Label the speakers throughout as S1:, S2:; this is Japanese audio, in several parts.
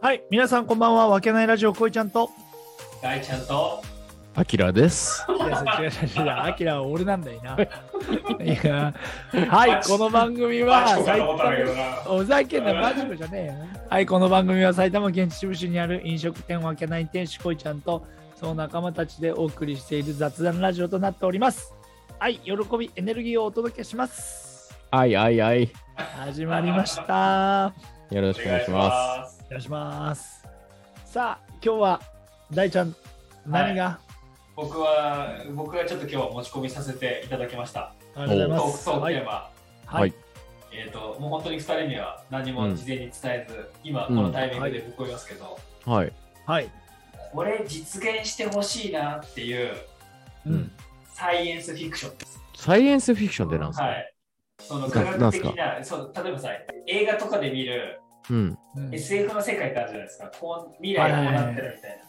S1: はい、皆さんこんばんは。わけないラジオ、こいちゃんと。
S2: 大ちゃんと
S3: アキラです。
S1: 違う違う違う違う、アキラは俺なんだよな。 いやはい、この番組は
S2: マチコか
S1: 埼
S2: と思ったんだけど
S1: 玉。
S2: な
S1: おざけんな、マジコじゃねえよ。はい、この番組は埼玉県秩父市にある飲食店わけない店主こいちゃんと、その仲間たちでお送りしている雑談ラジオとなっております。はい、喜び、エネルギーをお届けします。
S3: あいあいあい。
S1: 始まりました。
S3: よろしくお願いします
S1: お願いします。さあ、今日は大ちゃん、何が、
S2: 僕は僕がちょっと今日は持ち込みさせていただきました
S1: ありがとうござい
S2: トー
S1: ま
S2: ク
S1: す。
S2: トーク
S1: は
S2: テー
S1: い、
S2: マ、
S1: はい、
S2: えっ、ともう本当に2人には何も事前に伝えず、今こ
S3: うん
S2: のタイミングでぶっ込みますけど、
S3: す。はい。
S1: はい。
S2: これ実現してほしいなっていう
S1: うん。
S2: サイエンスフィクションです
S3: サイエンスフィクションでなんですか、
S2: はいその
S3: な
S2: 科学的
S3: なんす
S2: なそう例えばさ映画とかで見る
S3: うん。
S1: うん
S2: SF の世界ってあるじゃないですかこう未来こうなってるみたい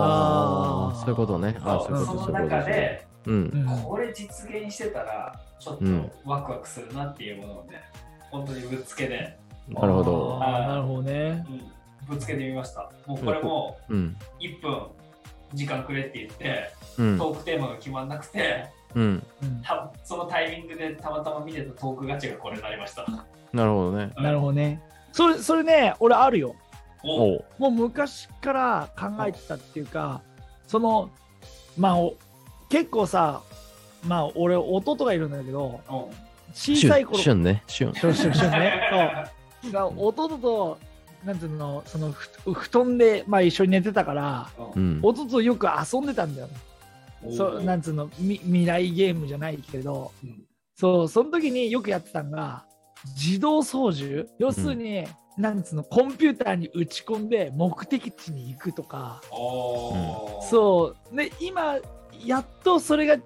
S3: あ
S1: あー
S3: あ、そういうことね。
S2: な、
S3: あーそういう
S2: そ
S3: こと、
S2: の
S3: そういうこと
S2: 中で。
S3: うん。
S2: これ実現してたらちょっとワクワクするなっていうものをね、本当にぶっつけで、
S3: なるほど。
S1: あーなるほどね。
S2: うんぶっつけてみましたもうこれも
S3: うん。
S2: 1分時間くれって言って
S3: うん。
S2: トークテーマが決まんなくて
S3: うん。
S1: うん
S2: たそのタイミングでたまたま見てたトークガチャがこれになりました
S3: なるほどね。
S1: なるほどね。それ、それね、俺あるよ。
S2: お
S3: おう。
S1: もう昔から考えてたっていうか、その、まあ、お結構さ、まあ、俺、弟がいるんだけど、
S2: お
S1: 小さい頃、
S3: シュンね。シュン。
S1: そうそうそうね。そう。だから弟と、なんていうの、その、ふ布団で、まあ、一緒に寝てたから、
S2: お
S3: うん。
S1: 弟とよく遊んでたんだよ。
S2: お
S1: そうなんつうのみ未来ゲームじゃないけど、
S2: うん
S1: そうその時によくやってたのが自動操縦要するに、なんつうのコンピューターに打ち込んで目的地に行くとか
S2: おー
S1: そうで今やっとそれが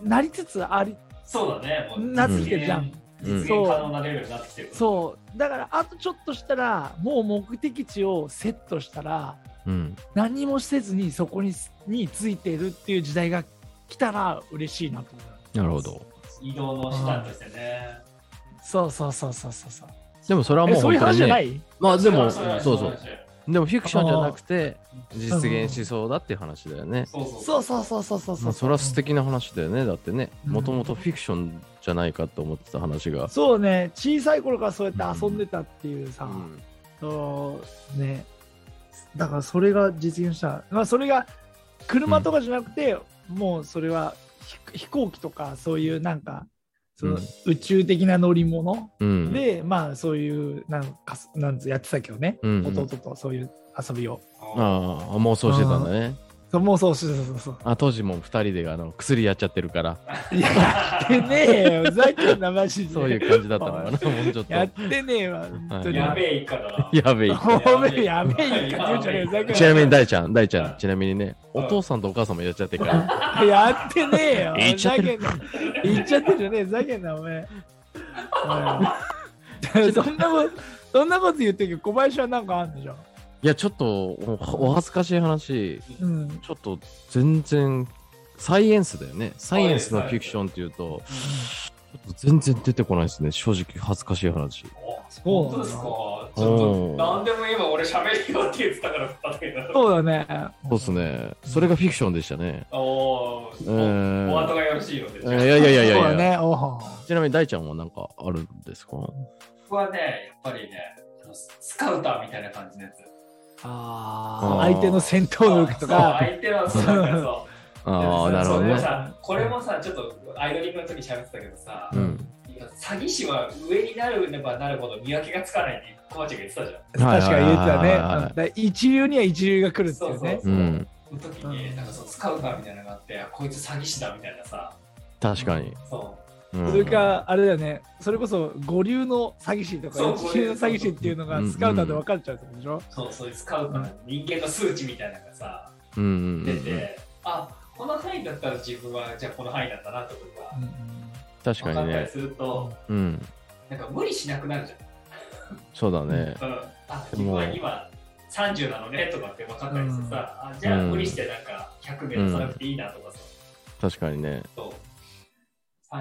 S1: なりつつあり
S2: そうだねもう
S1: なってきてるじゃん
S2: 実現実現
S1: うん
S2: 可能なレベルになってきてる
S1: そうだからあとちょっとしたらもう目的地をセットしたら
S3: うん。
S1: 何もせずにそこにについてるっていう時代が来たら嬉しいなと思う。
S3: なるほど。
S2: 移動の手段としてね
S1: そうそうそうそうそうそう。
S3: でもそれは
S1: え
S3: もう
S1: そういう
S3: 本当
S1: 話
S3: に
S1: じゃな
S3: ね。
S1: い
S3: まあでも、
S2: そ
S3: そ
S2: れは
S3: う
S2: そ
S3: そうう。でもフィクションじゃなくて、実現しそうだっていう話だよね。
S2: そうそう
S1: そうそうそうそうそう
S3: ま
S1: そ
S3: あ、
S1: う。
S3: それは素敵な話だよね。だってね、
S1: うん
S3: もともとフィクションじゃないかと思ってた話が。
S1: そうね、小さい頃からそうやって遊んでたっていう
S3: う
S1: さ、
S3: ん
S1: そうね。だからそれが実現した。まあそれが車とかじゃなくて、もうそれはひ飛行機とかそういうなんか、その
S3: うん
S1: 宇宙的な乗り物
S3: うん。
S1: で、まあそういうなんかすなんつやってたけどね、
S3: うんうん
S1: 弟とそういう遊びを。
S3: ああ、妄想してたんだね。
S1: そうもうそうそうそうそう。
S3: あ当時も2人であの薬やっちゃって るから、
S1: やってねえよ、ふざけんな、マジで。
S3: そういう感じだったのかな、もうちょっと。
S1: やっ
S3: や
S1: てねえわ、本当に。
S2: やべえ一家だな
S3: べえ。
S1: ごめんやべえ一家
S2: やべえ一家
S3: ちなみに大ちゃん、大ちゃ
S2: うん
S3: ん、ちなみにね、お父さんとお母さんもやっちゃってるから、
S1: やってねえよ。
S3: 言っちゃってる
S1: ふざけんな言っちゃってるじゃねえ、ふざけんな、お前。 うんそんなこと、そんなこと言ってるけど、小林はなんかあんでしょ。
S3: いや、ちょっとおお恥ずかしい話、
S1: うん。
S3: ちょっと全然、サイエンスだよね。サイエンスのフィクションっていうと、ちょっと全然出てこないですね、正直恥ずかしい話。
S1: そう
S2: 本当ですかち
S3: うん
S2: ょっと何でも今俺喋るよって言ってたからだけど
S1: そうだね。
S3: そうっすね、それがフィクションでしたね。
S2: おー
S3: う
S2: お
S3: ん。
S2: お後がよろしいようで
S3: いやいやいやい
S1: そうだ
S3: やいや。
S1: ね。おう
S3: ちなみに大ちゃんは何かあるんですか
S2: 僕はねやっぱりねあのスカウターみたいな感じのやつ
S3: ー
S1: 相手の戦闘力と
S2: そう
S1: か。
S2: 相手はそうなんかそう
S3: ああ、なるほ
S2: そ
S3: ど
S2: うでも
S3: ね。
S2: さこれもさちょっとアイドリングの時喋ってたけどさ、
S3: うん。
S2: 詐欺師は上になればなるほど見分けがつかないってコバチが言ってたじゃん
S1: 確か言ってたね
S3: は
S1: う
S3: いはいはいはい
S1: ん。だから一流には一流が来るっていう
S2: そうそう
S1: ね
S2: そ。
S3: うん。
S2: その時に、なんかそのスカウターみたいなのがあってあこいつ詐欺師だみたいなさ
S3: 確かに。
S2: そう
S3: うん
S1: それか、あれだよね、それこそ五流の詐欺師とか
S2: そう
S1: 一流の詐欺師っていうのがスカウターで分かっちゃうってことでしょ、
S2: そうそういうスカウターの人間の数値みたいなのがさ
S3: うんうんう
S2: 出て、
S3: ん。
S2: あこの範囲だったら自分はじゃあこの範囲なんだなってことが
S3: 確か
S2: 分か
S3: に
S2: ったり
S3: ね。
S2: すると、
S3: うん。
S2: なんか無理しなくなるじ
S3: そうだね。
S2: ゃん、うん、あ自
S3: で
S2: 分
S3: も
S2: は今30なのねとかって分かったりしてさ、あじゃあ
S3: うん
S2: 無理してなんか100目指さなくていいなとかさ、
S3: 確かにね。
S2: そう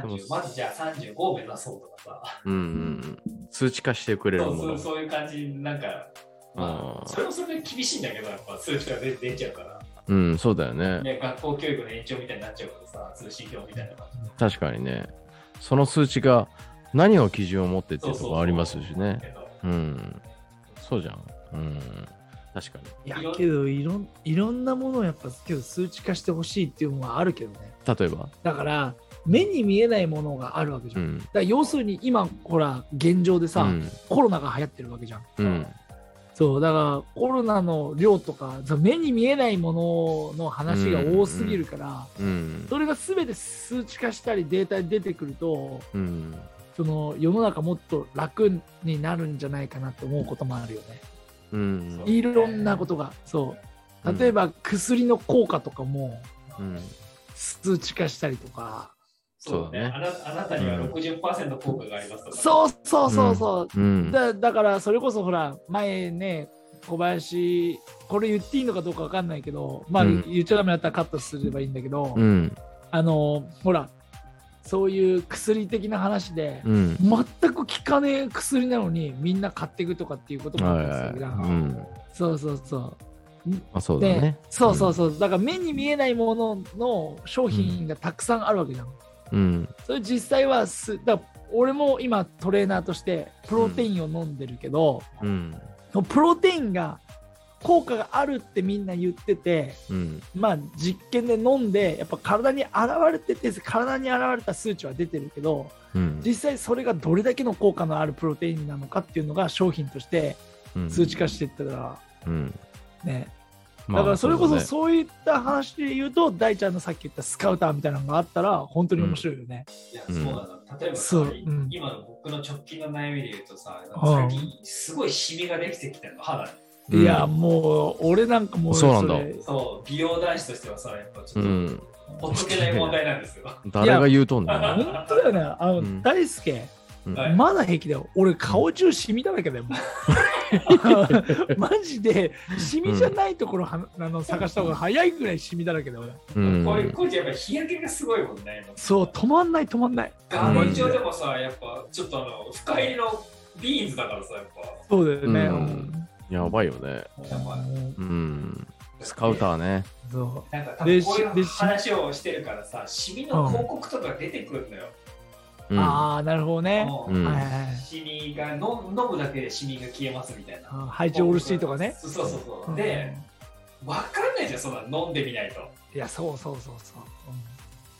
S3: でも
S2: 30まずじゃあ35を目指そうとかさ
S3: うんうんうん。数値化してくれる
S2: そう
S3: も
S2: そ
S3: の
S2: う。そういう感じになんかまあ、それもそれで厳しいんだけど、やっぱ数値が出出ちゃうから。
S3: うん、そうだよね。
S2: ね、学校教育の延長みたいになっちゃうからさ、通信教みたいな感じで。
S3: 確かにね。その数値が何を基準を持ってっていうところありますしね。
S2: けど
S3: うん。そうじゃん。うん。確か
S1: い
S3: に。
S1: や
S2: いろ
S1: けどいろんいろんなものをやっぱけど数値化してほしいっていうのはあるけどね
S3: 例えば、
S1: だから目に見えないものがあるわけじ
S3: う
S1: ゃん、だ
S3: ん。
S1: から要するに今ほら現状でさ、
S3: うん。
S1: コロナが流行ってるわけじゃん
S3: うん。
S1: そうだからコロナの量とかその目に見えないものの話が多すぎるから、
S3: うん。
S1: それが全て数値化したりデータに出てくると
S3: うん。
S1: その世の中もっと楽になるんじゃないかなと思うこともあるよね
S3: うん。
S2: そう
S1: いろんなことがそう例えば薬の効果とかも
S3: うん。
S1: 数値化したりとか、
S2: そうだねあな。あなたには60%効果がありますとか。
S1: そうそうそうそう、
S3: うん。
S1: だだからそれこそほら前ね小林これ言っていいのかどうかわかんないけどまあ、
S3: うん
S1: 言っちゃダメだったらカットすればいいんだけど、
S3: うん。
S1: あのほらそういう薬的な話で、
S3: うん。
S1: 全く効かねえ薬なのにみんな買っていくとかっていうこともあ
S3: は
S1: っ
S3: い
S1: たりするじゃん
S3: はい。うん。
S1: そうそうそう
S3: あ、そうだ
S1: で
S3: ね。
S1: そうそうそう、だから目に見えないものの商品がたくさんあるわけじゃん、
S3: うん。
S1: それ実際はすだから俺も今トレーナーとしてプロテインを飲んでるけど、
S3: うん。
S1: そのプロテインが効果があるってみんな言ってて
S3: うん。
S1: まあ実験で飲んでやっぱ体に現れてて体に現れた数値は出てるけど
S3: うん。
S1: 実際それがどれだけの効果のあるプロテインなのかっていうのが商品として
S3: うん
S1: 数値化していったら
S3: うん。
S1: ね、
S3: まあ
S1: だからそれこそ
S3: そ
S1: そういった話で言うと大ちゃんのさっき言ったスカウターみたいなのがあったら本当に面白いよね。
S2: いやそうなの。例えばさ、
S1: そううん
S2: 今の僕の直近の悩みで言うとさ、
S1: うん
S2: 最近すごいシミができてきたの、肌に。
S3: うだね
S1: いやもう俺なんかもう
S3: そうなんだ
S1: れ
S2: そう、美容男子としてはさ、やっぱち
S3: う
S2: ょっ
S3: ん。
S2: と、ほっとけない問題なんですよ。
S3: 誰が言うとんだよね
S1: 本当だよねあの、
S3: うん
S1: 大輔
S3: うん
S2: はい
S1: まだ平気だよ。俺、顔中シミだらけだよ。 もうマジで、シミじゃないところは、あの探した方が早いぐらいシミだらけだよ。俺
S3: うん
S2: こういう工事やっぱり日焼けがすごいもんね。
S1: そう、止まんない、止まんない。
S2: 画面上でもさ、やっぱちょっとあの、深入りのビーンズだからさ、やっぱ。
S1: そうだよね。
S3: うんやばいよね。
S2: やっぱ
S1: うん
S3: うん。スカウターね。
S1: そ
S2: なんか多
S1: で
S2: 分こう
S1: で
S2: いう話をしてるからさ、シミの広告とか出てくるんだよ。
S1: う。ああ、なるほどね。
S2: も
S3: うん
S2: う
S1: はいはいはい
S2: シミがの飲むだけでシミが消えますみたいな。
S1: あー。ハイチオールシティとかね。
S2: そうそうそうそう。で、わかんないじゃん、そんなの飲んでみないと。
S1: いや、そうそうそうそう。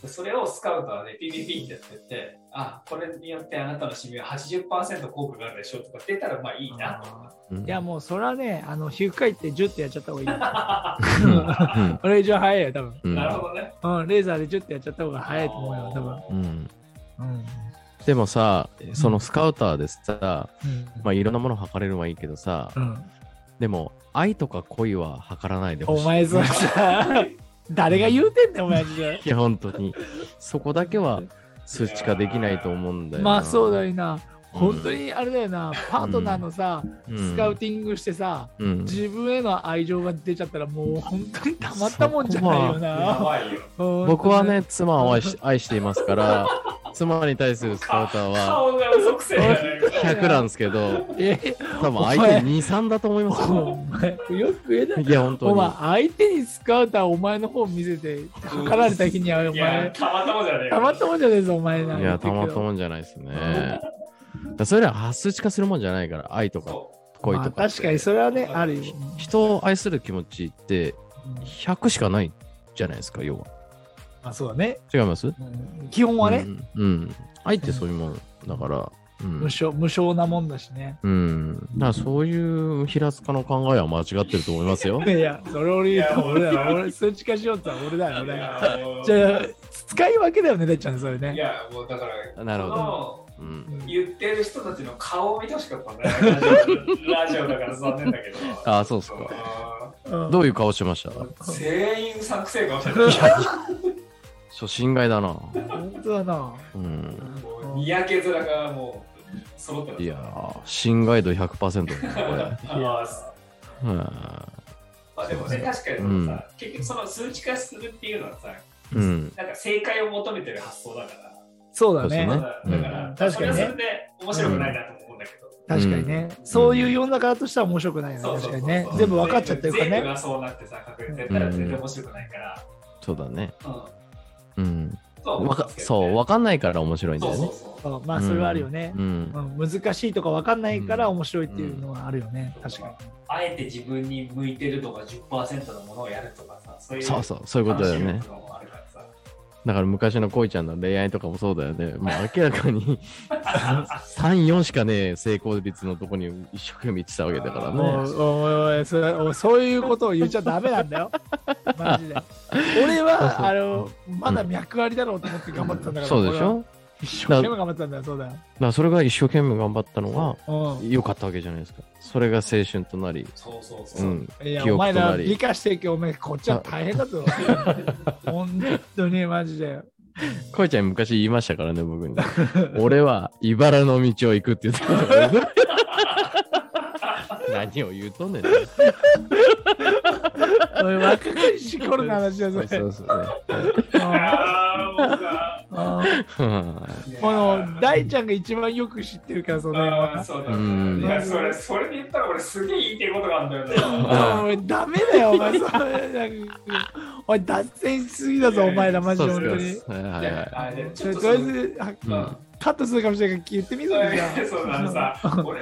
S2: それをスカウターでピピピってやってって、あ、これによってあなたのシミは80%効果があるでしょうとか出たらまあいいなと思って。
S3: うん
S1: いや、もうそれはね、あの皮膚科行ってジュッてやっちゃった方がいいよ。
S3: うんうん
S1: これ以上早いよ、多分。
S3: うん
S2: なるほどね。
S1: うん、レーザーでジュッてやっちゃった方が早いと思うよ、多分。
S3: うん
S1: うん
S3: でもさ、そのスカウターでさ、
S1: うん。
S3: まあ、いろんなもの測れるのはいいけどさ、
S1: うん
S3: でも、愛とか恋は測らないでほ
S1: お
S3: しい。
S1: 前それさ、誰が言うてんねん、お前マジで。
S3: いや、本当に。そこだけは数値化できないと思うんだよな。
S1: まあそうだ
S3: よ。
S1: よな。本当にあれだよな、パートナーのさ、スカウティングしてさ、
S3: うん。
S1: 自分への愛情が出ちゃったら、もう本当にたまったもんじゃないよ
S2: や
S1: な。
S2: ばいよ。
S3: 僕はね、妻を愛し愛していますから、妻に対するスカウターは
S2: 顔が嘘くせえじゃないか。
S3: 100なんですけど、
S1: いやいや、
S3: 多分相手2、3だと思いますよ。
S1: お前、よく言えない。
S3: いや、本当に。
S1: お前、相手にスカウターお前の方見せて、測られた日には、お
S2: いや、
S1: 前、
S2: たまたまじゃねえよ
S1: たまったもんじゃねえぞ、お前な。
S3: いや、たまった
S1: ん。
S3: もんじゃないですね。だからそれらは数値化するもんじゃないから、愛とか
S2: そ
S3: 恋と
S1: ま
S3: か
S1: あ
S3: って。
S1: 確かにそれはね、あるよ。
S3: 人を愛する気持ちって
S1: うん
S3: 100しかないじゃないですか、要は。
S1: まあそうだね。
S3: 違います
S1: うん基本はね
S3: う、ん、うん愛ってそういうもんだから。うん
S1: 無。償無償なもんだしね。
S3: うん、だからそういう平塚の考えは間違ってると思いますよ
S1: い。や、それ俺言う
S2: いや
S1: と俺だよ。俺、数値化しようとは俺だよ、
S2: う。い
S1: 俺。
S2: やもう
S1: じゃあ、使い分けだよね、てっちゃんね、それ
S2: い
S1: ね。
S2: や、もうだから、
S3: なるほ
S2: ど。
S3: うん、
S2: 言ってる人たちの顔を見てほしかったんだよ。ラジオだから残念だけど。
S3: ああ、そうですか。
S2: あ
S1: うん
S3: どういう顔してました
S2: ー全員さんくせえ顔してる。
S3: 初心外だな。
S1: 本当だな。
S3: うん、
S2: もうにやけ面がもう揃ってます。
S3: いやー、心外度100%だね
S2: あー
S3: これ。う
S2: まあでもね、確かにそのさ、結局その数値化するっていうのはさ、
S3: んうん、
S2: なんか正解を求めてる発想だから。
S1: そうだ
S3: そうです
S1: ね
S3: ね。
S2: だから、
S1: 確かにね
S2: それはそれで面白くないなとも思うんだけど。
S1: 確かにね、そういう世の中としては面白くないよね、
S2: そうそ
S1: 確
S2: う
S1: か
S2: そう
S1: に
S2: そう
S1: ね。全部分かっちゃってるから
S2: 全部
S1: ね。
S2: がそうなってさ、確認絶対だって全然面白くないから。
S3: そうだね。
S2: うん。
S3: うん。
S2: とは思
S3: わ
S2: ん
S3: か
S2: ですけどね
S3: そう、わかんないから面白いんだ
S2: そ
S3: よ
S2: う
S3: ね。
S2: そうそう。
S1: そうまあ、それはあるよね、
S3: うん
S1: う。ん難しいとか分かんないから面白いっていうのはあるよね、
S2: うん
S1: 確かに。
S2: あえて自分に向いてるとか10%のものをやるとかさ、そういう
S3: そうそう、そういうことだよね
S2: 楽し。みのもあるからさ。
S3: だから昔の恋ちゃんの恋愛とかもそうだよね。もう明らかに 3、4しかね、成功率のとこに一生懸命行ってたわけだから
S1: も
S3: ね。
S1: うおいおいそれおいそういうことを言っちゃダメなん だよ。マジで。俺はあのまだ脈ありだろうと思って頑張ってたんだから。
S3: そうでし
S1: 俺は一生懸命頑張っ
S3: ょ
S1: てたんだよ、そうだよ。
S3: だからそれが一生懸命頑張ったのが
S1: う
S3: 良かったわけじゃないですか。それが青春となり、
S2: そうそうそうう。
S3: ん、
S1: ん、いや
S3: 記
S1: お
S3: 憶
S1: 前
S3: とな
S1: ら
S3: り
S1: 理。科していけお前こっちは大変 だぞ。本当にマジで。
S3: 恋ちゃん昔言いましたからね、僕に。 俺は茨の道を行くって言ってたからね。何を言うとんねん。
S1: おい若かりし頃の話だ
S3: そ
S1: ぞ
S3: う。そうそう。
S2: あーもうさ
S1: こ
S3: うん
S1: の大ちゃんが一番よく知ってるからその辺
S2: あー
S1: は。
S2: そうだ
S3: うん
S2: いや、それ、それで言ったら俺すげえ言いたいことがあるんだよね。
S3: あ
S1: おいダメだよお前それなんかおい脱線しすぎだぞお前らマジ
S3: そう
S1: で
S3: っ
S1: 本
S3: すよ
S1: 当に。
S3: はいはいいは
S2: や
S3: い。
S2: あれ
S1: ち
S2: ち
S1: ょ
S2: ょっ
S1: と
S2: と
S1: り
S2: そ
S1: あ
S2: の
S1: えずは
S3: うん
S2: まあ
S1: カットするかもしれないから言ってみろよじゃあ
S2: そうなのさ、俺俺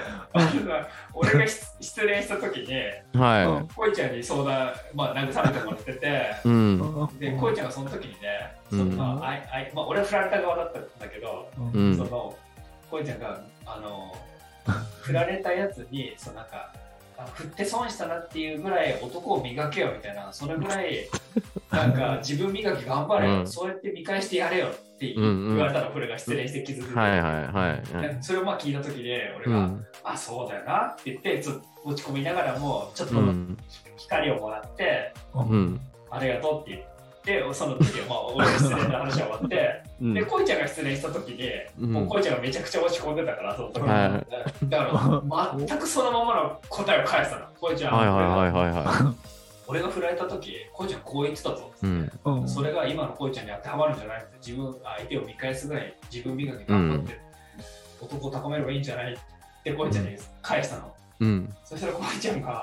S2: 俺が失失恋した時に、
S3: は
S2: こいちゃんに相談、まあ、慰めてもらってて、
S3: い。うん。
S2: で、こいちゃんがその時にね、そ
S3: うん
S2: のあいあいまあ、俺は振られた側だったんだけど、
S1: うん
S3: うん
S2: そのこいちゃんが、あ の、振られたやつに、そのなんか、あ振って損したなっていうぐらい男を磨けよみたいな、それぐら い、なんか自分磨き頑張れよ、
S3: うん
S2: そうやって見返してやれよって
S3: うんうん
S2: 言われたら、これが失恋して傷ついて、
S3: はいはいはい。
S2: でそれをまあ聞いた時で、俺
S3: う
S2: が、
S3: ん。
S2: あ、そうだよなって言って、ちょっと落ち込みながらも、ちょっと
S3: うん。
S2: 光をもらって、
S3: うん。
S2: ありがとうって言って、その時は、まあ、俺が失恋の話が終わって、
S3: うん
S2: で、こいちゃんが失恋した時に、
S3: うん
S2: もうこいちゃんがめちゃくちゃ落ち込んでたから、その時、
S3: は
S2: だから、全くそのままの答えを返したの。こいちゃん、
S3: はいはいはいは
S2: 俺が振られた時、こいちゃんこう言ってたぞ。
S3: い。うん。
S1: うん
S2: それが今のこいちゃんに当てはまるんじゃないって、自分、相手を見返すぐらい自分磨き頑張って、男を高めればいいんじゃないって、こいちゃんに返したの。
S3: うん。
S2: そしたらこいちゃんが、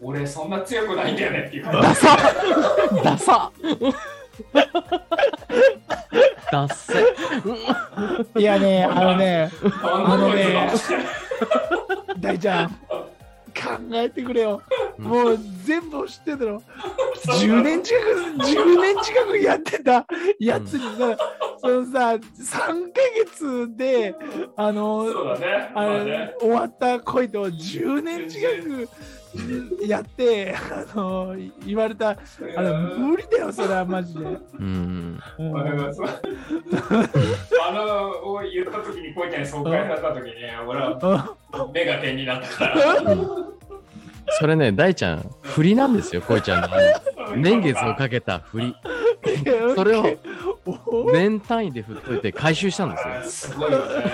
S2: 俺そんな強くないんだよね っていう感
S3: ダ
S2: じ。
S3: サダサダッセ。
S1: いやね あのね
S2: あのね、
S1: 大ちゃん考えてくれよ
S3: うん
S1: もう全部知ってんだろ10年近く10年近くやってたやつにさ、そのさ3ヶ月であの
S2: そうだね。
S1: あ
S2: まあ
S1: れ
S2: ね。
S1: 終わった恋と10年近くやってあの言われたあれ無理だよそれはマジで。
S3: うん。
S1: うん
S2: わかりますあの、を言った時に、こいちゃんに爽快になった時に、俺は目が点になったから。
S3: それね、大ちゃん、振りなんですよ、こいちゃんの。年月をかけた振り。それを年単位で振っといて回収したんですよ。
S2: すごいよね。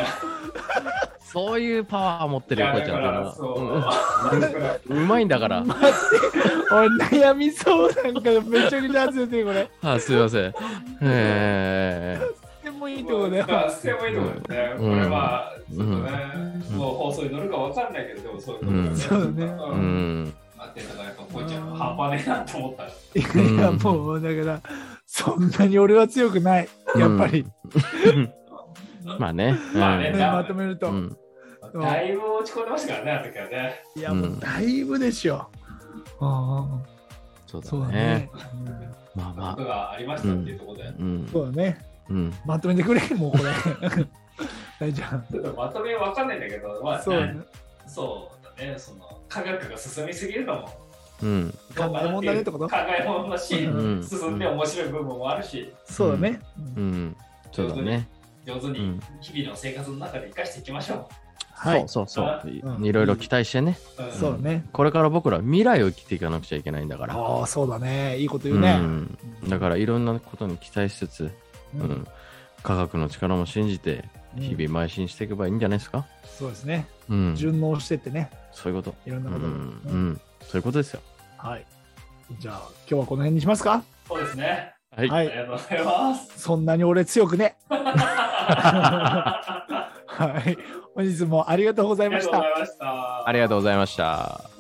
S3: そういうパワー持ってるよ、こいちゃん
S2: だそう。
S3: うまいんだから。
S1: 俺悩みそうなんかめちゃくちゃ集めてるこれ。
S3: あ、すいません。え
S1: でもいいとこだよ。
S2: 捨てもいいとこだよね。これは、ちょっとね、もう放送に乗るかわかんないけど、でもそういう
S3: え。うん。
S2: あってだからやっぱこいちゃんは半端ねえなと思った
S1: いやもうだからそんなに俺は強くないやっぱり、
S3: まあね。
S2: まあね
S1: ね
S2: うん
S1: まとめると、
S3: うん。
S2: のだいぶ落ち込んでましたからねあの時はね
S1: いやもうだいぶでしょ、うんうん
S3: そう
S1: そう
S3: だ
S1: だ
S3: ね。
S1: ね、うん
S3: まあま
S2: ことがありましたっていうところで、
S3: あ。うん。
S1: そうだね
S3: うん。
S1: まとめてくれもうこれ大丈
S2: ちょっとまとめわかんないんだけどまあ
S1: 夫そうだね
S2: そうだねその科学が進みすぎるのも
S3: うん。
S1: 考えもんだねってこと
S2: 考えもんだし、
S3: うん
S2: 進んで面白い部分もあるし
S1: そうだね、
S3: うん。そうだね。
S2: 上手
S3: う
S2: に
S3: ん
S2: 日々の生活の中で生かしていきましょ
S1: はいそう
S3: そうそうそう
S1: う。ん
S3: いいろいろ期待してね。
S2: う、うん
S1: だね
S3: これから僕ら未来を生きていかなくちゃいけないんだから。
S1: ああそうだねいいこと言
S3: う
S1: うね、
S3: ん。だからいろんなことに期待しつつ、
S1: う
S3: うんん。科学の力も信じて、日々邁進していけばいいんじゃないですか。
S1: そうですね
S3: うん。
S1: 順応してってね
S3: そういうこと。
S1: いろんな
S3: う。
S1: ん
S3: う
S1: こと、うん
S3: ん。そういうことですよ。
S1: はいじゃあ今日はこの辺にしますか
S2: そうですね
S3: はい
S1: は
S2: あり
S1: い
S2: がとうございます
S1: そんなに俺強くね
S2: は
S4: はい。本日もありがとうござい
S1: りが
S4: ま
S1: と
S4: し
S1: う
S4: た
S1: ござ。いました
S3: あ。りがとうございました。